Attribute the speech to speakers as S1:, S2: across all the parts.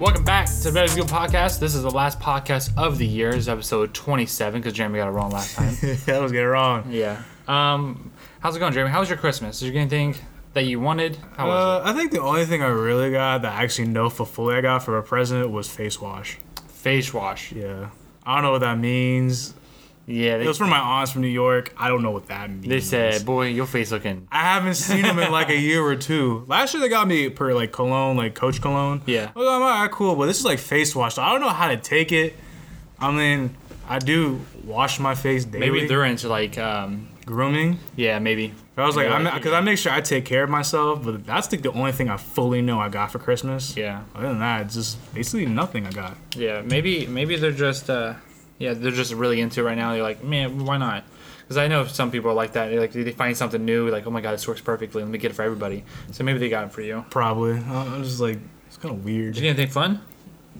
S1: Welcome back to the Better Than Good Podcast. This is the last podcast of the year. It's episode 27 because Jeremy got it wrong last time.
S2: that was getting wrong.
S1: yeah. Um, how's it going, Jeremy? How was your Christmas? Did you get anything that you wanted? How was
S2: Uh, I think the only thing I really got that I actually know for fully I got for a present was face wash.
S1: it? Face wash.
S2: Yeah. I don't know what that means.
S1: Yeah. They,
S2: It was from my aunts from New York. I don't know what that means.
S1: they said, boy, your face looking.
S2: I haven't seen them in like a year or two. Last year they got me per like cologne, like Coach Cologne.
S1: Yeah.
S2: I was like, all right, cool, but this is like face wash. I don't know how to take it. I mean, I do wash my face daily.
S1: Maybe they're into like, um,
S2: grooming.
S1: yeah, maybe.
S2: I was like,
S1: Yeah,
S2: I'm
S1: like-
S2: because I make sure I take care of myself, but that's like the only thing I fully know I got for Christmas.
S1: Yeah.
S2: Other than that, it's just basically nothing I got.
S1: Yeah, maybe maybe they're just uh, yeah they're just really into it right now. They're like, man, why not? Because I know some people are like that. They like they find something new, like oh my god, this works perfectly. Let me get it for everybody. So maybe they got it for you.
S2: Probably. I- Uh, I'm just like, it's kind of weird.
S1: Did you get anything fun?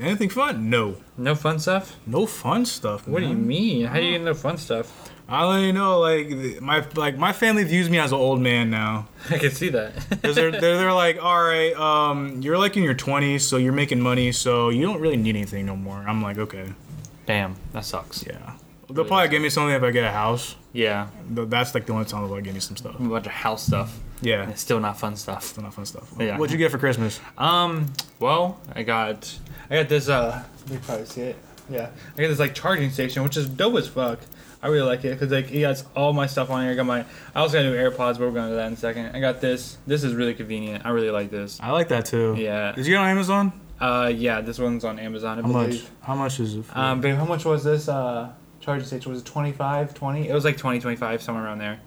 S2: Anything fun? No.
S1: No fun stuff?
S2: No fun stuff.
S1: What do you
S2: man.
S1: mean? How do you get no fun stuff?
S2: I only know like th- my like my family views me as an old man now.
S1: I can see that.
S2: 'Cause they're, they're they're like, all right, um, you're like in your 20s, so you're making money, so you don't really need anything no more. I'm like, okay,
S1: Damn, that sucks. Yeah,
S2: yeah. They'll probably give me something if I get a house.
S1: yeah.
S2: Th- That's like the only time they'll give me some stuff.
S1: a bunch of house stuff.
S2: Yeah.
S1: And it's still not fun stuff.
S2: Enough fun stuff.
S1: Yeah.
S2: What'd you get for Christmas?
S1: Um, well, I got I got this uh you can probably see it. Yeah. I got this like charging station which is dope as fuck. I really like it cuz like it has all my stuff on here. I got my I also got new AirPods, but we're going to that in a second. I got this. This is really convenient. I really like this.
S2: I like that too.
S1: Yeah.
S2: Did you get it on Amazon?
S1: Uh yeah, this one's on Amazon. I
S2: How much?
S1: believe.
S2: How much is it? For?
S1: Um but how much was this uh charging station? Was it 25, 20? It was like 20, 25 somewhere around there.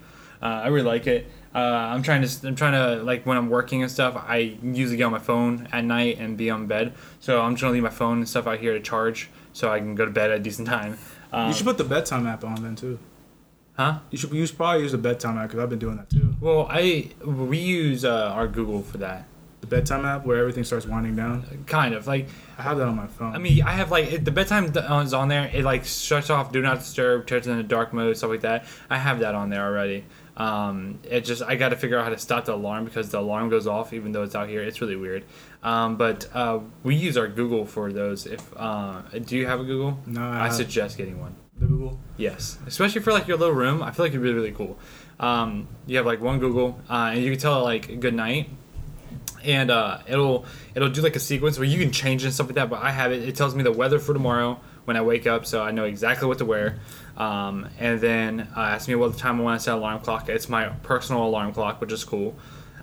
S1: Uh, I really like it. Uh, I'm trying to I'm trying to like when I'm working and stuff. I usually get on my phone at night and be on bed. So I'm trying to leave my phone and stuff out here to charge so I can go to bed at a decent time. Um,
S2: you should put the bedtime app on then too.
S1: huh?
S2: You should. You should probably use the bedtime app because I've been doing that too.
S1: Well, I we use uh, our Google for that.
S2: The bedtime app where everything starts winding down.
S1: Kind of like
S2: I have that on my phone.
S1: I mean, I have like it, the bedtime th- uh, is on there. It like shuts off, do not disturb, turns into dark mode, stuff like that. I have that on there already. Um, it just I got to figure out how to stop the alarm because the alarm goes off even though it's out here. It's really weird. Um, but uh, we use our Google for those. If uh, do you have a Google?
S2: No, I
S1: I,
S2: haven't.
S1: suggest getting one.
S2: the Google.
S1: Yes, especially for like your little room. I feel like it'd be really cool. Um, you have like one Google, uh, and you can tell it like good night, and uh, it'll it'll do like a sequence where you can change and stuff like that. But I have it. It tells me the weather for tomorrow when I wake up, so I know exactly what to wear. Um, and then uh, asks me what time I want to set alarm clock. It's my personal alarm clock, which is cool.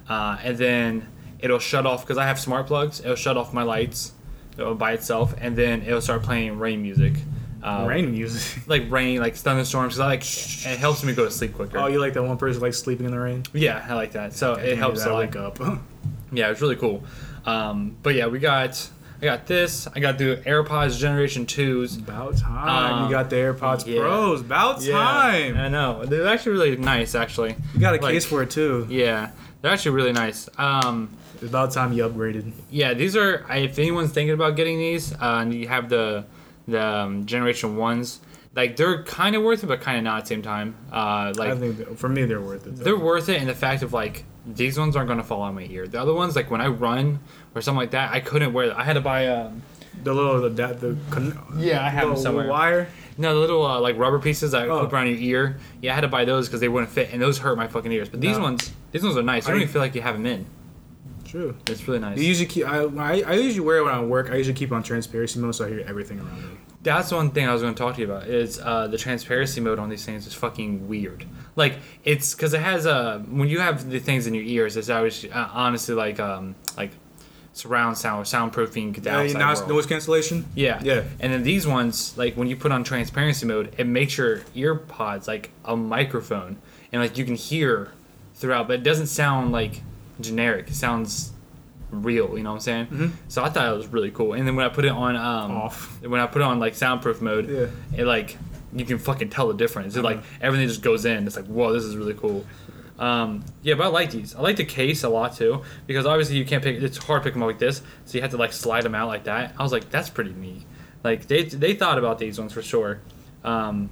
S1: Uh, and then it'll shut off because I have smart plugs. It'll shut off my lights uh, by itself, and then it'll start playing rain music. Uh,
S2: Rain music.
S1: like rain, like thunderstorms. 'cause I like it helps me go to sleep quicker.
S2: Oh, you like that one person like sleeping in the rain?
S1: yeah, I like that. So
S2: I
S1: it helps.
S2: that
S1: a lot.
S2: wake up.
S1: yeah, it's really cool. Um, but yeah, we got I got this. I got the AirPods Generation Twos.
S2: About time.
S1: Um,
S2: you got the AirPods
S1: yeah.
S2: Pros. About time.
S1: I know they're actually really nice. Actually,
S2: you got a
S1: Like-
S2: case for it too.
S1: yeah, they're actually really nice. Um,
S2: It's about time you upgraded.
S1: yeah, these are. I- If anyone's thinking about getting these, uh, and you have the the um, Generation Ones, like they're kind of worth it, but kind of not at the same time. Uh, like
S2: I think that- for me they're worth it. though.
S1: they're worth it in the fact of like these ones aren't gonna fall on my ear. The other ones, like when I run or something like that, I couldn't wear. I had to buy um
S2: the little the da- the con-
S1: Yeah, I have
S2: the
S1: them somewhere.
S2: wire.
S1: no the little uh, like rubber pieces that
S2: Oh.
S1: clip around your ear. Yeah, I had to buy those because they wouldn't fit, and those hurt my fucking ears. But these
S2: No.
S1: ones, these ones are nice. I don't
S2: I-
S1: even feel like you have them in.
S2: True.
S1: It's really nice.
S2: You usually keep. I, I, I usually wear it when I work. I usually keep on transparency mode, so I hear everything around me.
S1: That's one thing I was going to talk to you about is uh, the transparency mode on these things is fucking weird. Like it's because it has uh, when you have the things in your ears, it's always uh, honestly like um like surround sound or soundproofing the
S2: Yeah,
S1: outside
S2: you noise,
S1: world.
S2: noise cancellation.
S1: Yeah.
S2: Yeah.
S1: And then these ones, like when you put on transparency mode, it makes your ear pods like a microphone and like you can hear throughout, but it doesn't sound like generic. It sounds real, you know what I'm saying? Mm-hmm. So I thought it was really cool. And then when I put it on um
S2: Off.
S1: when I put it on like soundproof mode,
S2: Yeah.
S1: it like you can fucking tell the difference. It like everything just goes in. It's like, whoa, this is really cool. Um, yeah, but I like these. I like the case a lot too because obviously you can't pick. It's hard to pick them up like this, so you have to like slide them out like that. I was like, that's pretty neat. Like they they thought about these ones for sure. Um,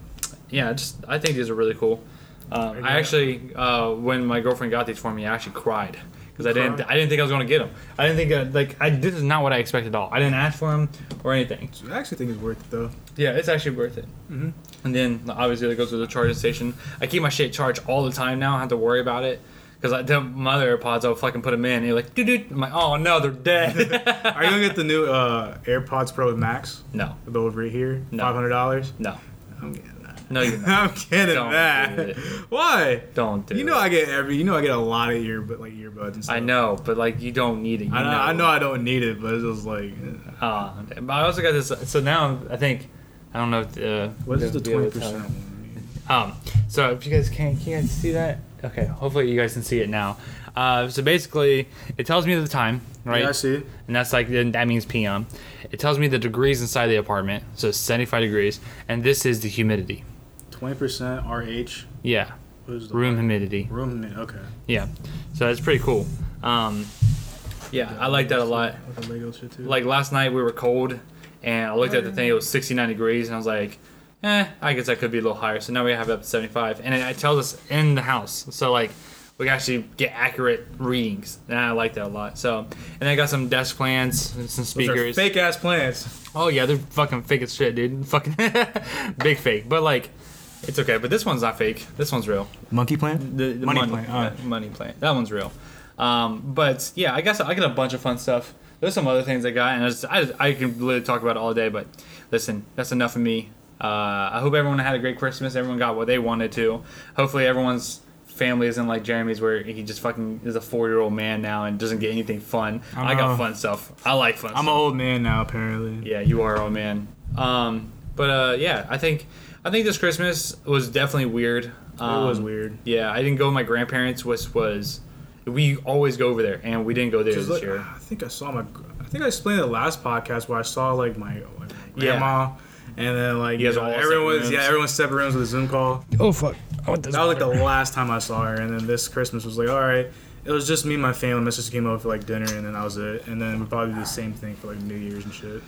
S1: yeah, just I think these are really cool. Um, I actually uh, when my girlfriend got these for me, I actually cried because I didn't I didn't think I was going to get them. I didn't think uh, like I this is not what I expected at all. I didn't ask for them or anything.
S2: I actually think it's worth it though.
S1: Yeah, it's actually worth it.
S2: Mhm.
S1: And then obviously that goes to the charging station. I keep my shit charged all the time now. I don't have to worry about it because my other AirPods, I'll fucking put them in. And you're like, dude, dude. I'm like, oh no, they're dead.
S2: Are you gonna get the new uh, AirPods Pro Max?
S1: no,
S2: The over here,
S1: No.
S2: five hundred dollars.
S1: no,
S2: I'm getting that.
S1: no, you're not.
S2: I'm getting
S1: Don't
S2: that.
S1: do it.
S2: Why?
S1: Don't do.
S2: You know
S1: it.
S2: I get every. You know I get a lot of ear, but like earbuds and stuff.
S1: I know, but like you don't need it. You
S2: I know, I know I don't need it, but it's just like eh.
S1: Uh, but I also got this. So now I think I don't know. If, uh,
S2: what is the
S1: if you'll be
S2: twenty
S1: able to tell.
S2: percent? one?
S1: Um, so if you guys can, can you guys see that? Okay, hopefully you guys can see it now. Uh, so basically, it tells me the time, right?
S2: Yeah, I see. it.
S1: and that's like then that means PM. It tells me the degrees inside the apartment, so it's 75 degrees, and this is the humidity.
S2: Twenty percent RH.
S1: Yeah,
S2: What is the
S1: room humidity.
S2: Room. min- Okay.
S1: Yeah, so that's pretty cool. Um, yeah, I like that a lot.
S2: Like the Lego shit too.
S1: Like last night we were cold, and I looked at the thing. It was 69 degrees, and I was like, eh, I guess that could be a little higher. So now we have it up to 75, and it, it tells us in the house. So like. We can actually get accurate readings, and I like that a lot. So, and I got some desk plans, and some
S2: Those are
S1: speakers.
S2: fake ass plants.
S1: Oh yeah, they're fucking fake as shit, dude. Fucking big fake. But like, it's okay. But this one's not fake. This one's real.
S2: Monkey plant.
S1: The, the
S2: Money
S1: money,
S2: plant,
S1: plant.
S2: alright.
S1: money plant. That one's real. Um, but yeah, I guess I got a bunch of fun stuff. There's some other things I got, and I, just, I, I can literally talk about it all day. But listen, that's enough of me. Uh, I hope everyone had a great Christmas. Everyone got what they wanted to. Hopefully, everyone's family isn't like Jeremy's, where he just fucking is a four year old man now and doesn't get anything fun.
S2: I
S1: I, got
S2: know.
S1: fun stuff. I like fun.
S2: I'm
S1: stuff.
S2: an old man now, apparently.
S1: Yeah, you are, oh man. Um, but uh, yeah, I think I think this Christmas was definitely weird. Um,
S2: was weird.
S1: Yeah, I didn't go with my grandparents, which was we always go over there, and we didn't go there this
S2: Just like- ah,
S1: year.
S2: I think I saw my. I think I explained in the last podcast where I saw like my, like, my
S1: Yeah.
S2: grandma, and then like
S1: You guys
S2: you know,
S1: all separate
S2: everyone's yeah
S1: rooms.
S2: everyone's separate rooms with a Zoom call.
S1: Oh fuck! I want this.
S2: That was like the last time I saw her, and then this Christmas was like all right. It was just me and my family. My sister came over for like dinner, and then that was it. And then we probably do the same thing for like New Year's and shit.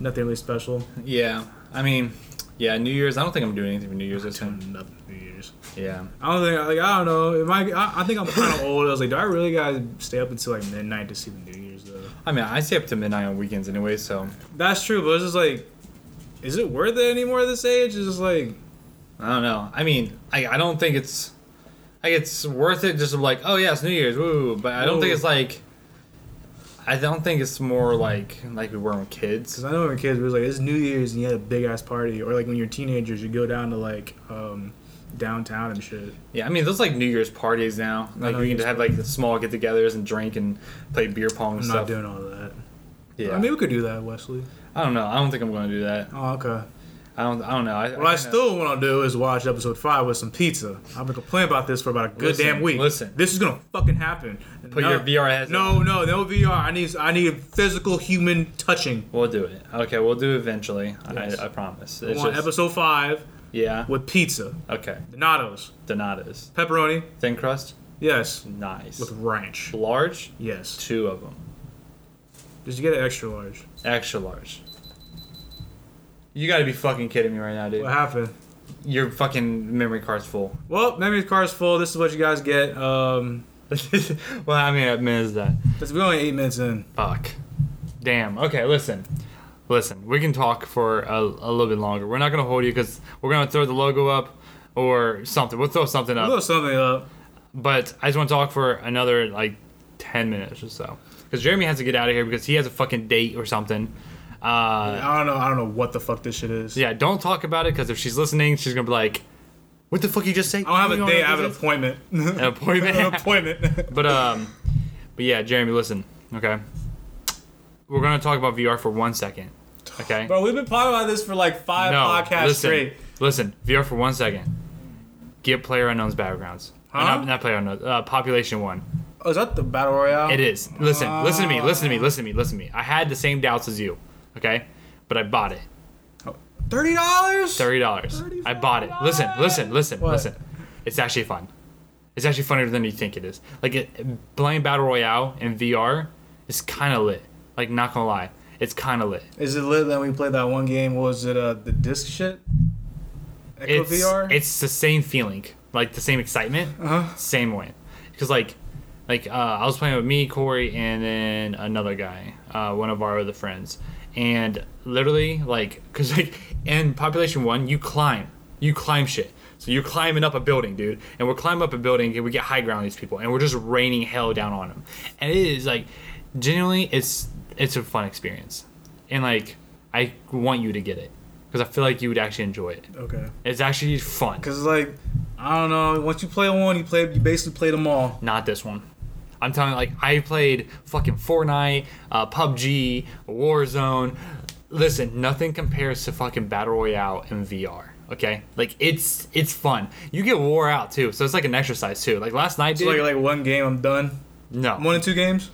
S2: Nothing really special.
S1: yeah, I mean, yeah, New Year's. I don't think I'm doing anything for New Year's this time.
S2: Nothing for New Year's.
S1: Yeah,
S2: I don't think like I don't know. Am I, I, I think I'm kind of old. I was like, do I really gotta stay up until like midnight to see the New Year's though?
S1: I mean, I stay up to midnight on weekends anyway, so
S2: That's true, but it's just like, is it worth it anymore at this age? It's just like,
S1: I don't know. I mean, I, I don't think it's like it's worth it. Just like, oh yeah, it's New Year's, woo! But I don't think
S2: Woo.
S1: it's like. I don't think it's more like like we were when kids.
S2: because I know when we were kids, we was like, it's New Year's and you had a big ass party, or like when you're teenagers, you go down to like um, downtown and shit.
S1: Yeah, I mean those like New Year's parties now. Like
S2: know
S1: we
S2: you
S1: can have like the small get-togethers and drink and play beer pong and
S2: I'm
S1: stuff.
S2: not doing all that.
S1: yeah,
S2: I mean, we could do that, Wesley.
S1: I don't know. I don't think I'm going to do that.
S2: Oh, okay.
S1: I don't. I don't know. I,
S2: What I still want to do is watch episode five with some pizza. I've been complaining about this for about a good
S1: Listen,
S2: damn week.
S1: listen.
S2: this is gonna fucking happen.
S1: Put your VR headset
S2: No, no, no VR. I need, I need physical human touching.
S1: We'll do it. Okay, we'll do it eventually.
S2: Yes.
S1: I, I promise.
S2: I
S1: It's
S2: want
S1: just,
S2: episode five
S1: yeah.
S2: with pizza,
S1: Okay.
S2: Donatos,
S1: Donatos.
S2: pepperoni.
S1: Thin crust.
S2: Yes.
S1: Nice.
S2: With ranch.
S1: Large.
S2: Yes.
S1: Two of them.
S2: Did you get an extra large?
S1: Extra large. You gotta be fucking kidding me right now, dude.
S2: What happened?
S1: Your fucking memory card's full.
S2: Well, memory card's full. This is what you guys get. Um,
S1: well, I mean, I mean, is that?
S2: this, we're only eight minutes in.
S1: Fuck. Damn. Okay, listen. Listen, we can talk for a, a little bit longer. We're not gonna hold you because we're gonna throw the logo up or something. We'll throw something
S2: A
S1: up.
S2: little something up.
S1: But I just want to talk for another like ten minutes or so because Jeremy has to get out of here because he has a fucking date or something. Uh,
S2: I don't know. I don't know what the fuck this shit is.
S1: yeah, don't talk about it because if she's listening, she's gonna be like, "What the fuck you just say?"
S2: I don't have a
S1: day.
S2: date. I have an appointment.
S1: an appointment.
S2: an appointment.
S1: But um, but yeah, Jeremy, listen, okay. We're gonna talk about VR for one second, okay?
S2: Bro, we've been talking about this for like five podcasts
S1: listen,
S2: straight.
S1: listen, VR for one second. Get player unknown's battlegrounds. Or
S2: Huh?
S1: Not, not player unknown. Uh, population one.
S2: Oh, is that the battle royale?
S1: It is. Listen, listen to me, listen to me, listen to me, listen to me. I had the same doubts as you, okay? But I bought it.
S2: Thirty dollars.
S1: Thirty dollars. I bought it. Listen, listen, listen,
S2: What?
S1: listen. It's actually fun. It's actually funnier than you think it is. Like it, playing battle royale in VR is kind of lit. Like not gonna lie, it's kind of lit.
S2: Is it lit that we played that one game? What was it uh, the disc shit? Echo
S1: It's
S2: VR.
S1: it's the same feeling, like the same excitement,
S2: Uh-huh.
S1: same way. Because like like uh, I was playing with me, Corey, and then another guy, uh, one of our other friends, and literally like, cause like in population one, you climb, you climb shit. So you're climbing up a building, dude, and we're climbing up a building, and we get high ground on these people, and we're just raining hell down on them, and it is like, genuinely, it's it's a fun experience, and like I want you to get it, cause I feel like you would actually enjoy it.
S2: Okay.
S1: It's actually fun.
S2: Cause like, I don't know. Once you play one, you play. You basically play them all.
S1: Not this one. I'm telling you, like I played fucking Fortnite, uh, PUBG, Warzone. Listen, nothing compares to fucking battle royale in VR. Okay, like it's it's fun. You get wore out too, so it's like an exercise too. Like last night,
S2: It's
S1: dude.
S2: like like one game, I'm done.
S1: no,
S2: One and two games,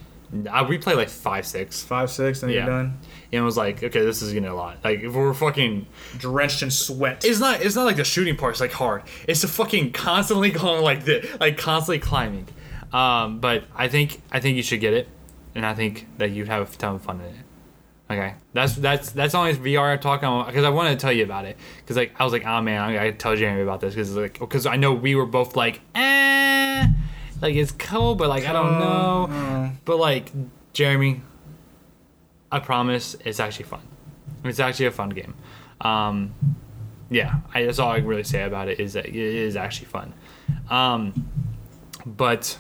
S1: I- we played like five, six,
S2: five, six, and
S1: Yeah.
S2: you're done.
S1: and it was like, okay, this is gonna a lot. Like if we're fucking
S2: Drenched in sweat.
S1: it's not it's not like the shooting part's like hard. It's the fucking constantly going like this, like constantly climbing. Um, but I think I think you should get it, and I think that you'd have a ton of fun in it. Okay, that's that's that's only VR talk because I wanted to tell you about it because like I was like oh man I gotta tell Jeremy about this because like because I know we were both like eh like it's cool but like I don't know but like Jeremy I promise it's actually fun it's actually a fun game um, yeah, I, that's all I can really say about it is that it is actually fun. Um, but,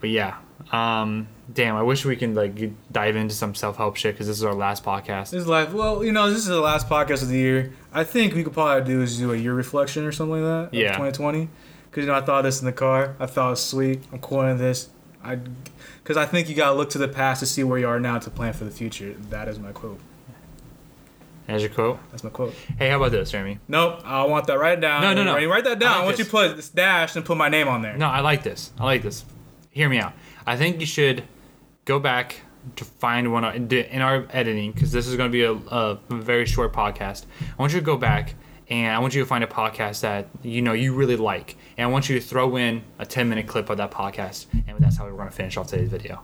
S1: but yeah, um, damn, I wish we can like dive into some self help shit because this is our last podcast.
S2: This is life. Well, you know, this is the last podcast of the year. I think we could probably do is do a year reflection or something like that.
S1: Yeah.
S2: Twenty twenty. Because you know, I thought of this in the car. I thought it was sweet. I'm quoting this. I, because I think you gotta look to the past to see where you are now to plan for the future. That is my quote.
S1: As your quote,
S2: That's my quote.
S1: hey, how about this, Jeremy?
S2: Nope. I want that right down.
S1: No, no, no.
S2: You write that down.
S1: I like
S2: Once
S1: this.
S2: you put this dash and put my name on there.
S1: No, I like this. I like this. Hear me out. I think you should go back to find one of- in our editing because this is going to be a, a very short podcast. I want you to go back and I want you to find a podcast that you know you really like, and I want you to throw in a ten minute clip of that podcast, and that's how we're going to finish off today's video.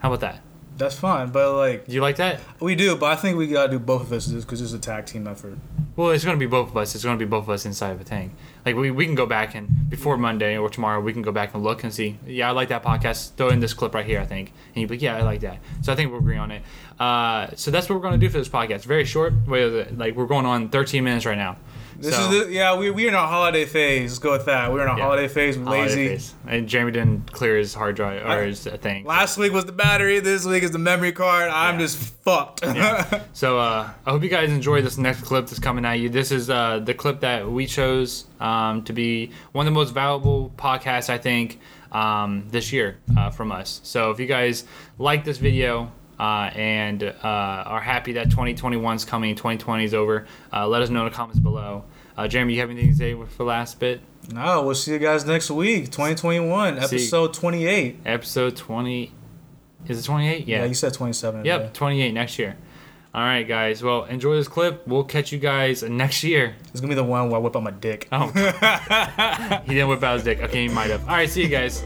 S1: How about that?
S2: That's fine. But like
S1: Do you like that?
S2: we do, but I think we gotta do both of us because this is a tag team effort.
S1: Well, it's going to be both of us. It's going to be both of us inside of a tank. Like we, we can go back and before Monday or tomorrow, we can go back and look and see. Yeah, I like that podcast. Throw in this clip right here, I think. And you'd be like, yeah, I like that. So I think we'll agree on it. Uh, so that's what we're going to do for this podcast. Very short. Wait, Like we're going on 13 minutes right now.
S2: This
S1: So-
S2: is the, yeah. We we are in our holiday phase. Let's go with that. We're in our
S1: Yeah.
S2: holiday phase. We're
S1: Holiday
S2: lazy.
S1: phase. And Jeremy didn't clear his hard drive or
S2: I-
S1: his uh, thing.
S2: Last week was the battery. This week is the memory card. I'm
S1: Yeah.
S2: just fucked.
S1: So uh, I hope you guys enjoy this next clip that's coming at you. This is uh, the clip that we chose um, to be one of the most valuable podcasts I think um, this year uh, from us. So if you guys like this video uh, and uh, are happy that 2021 is coming, 2020 is over, uh, let us know in the comments below. Uh, Jeremy, you have anything to say for the last bit?
S2: no, we'll see you guys next week. 2021,
S1: See-
S2: episode 28.
S1: Episode 20. Is it 28?
S2: Yeah, you said 27.
S1: Yep,
S2: yeah.
S1: 28 next year. All right, guys. Well, enjoy this clip. We'll catch you guys next year.
S2: It's gonna be the one where I whip out my dick.
S1: Oh. he didn't whip out his dick. Okay, he might have. All right, see you guys.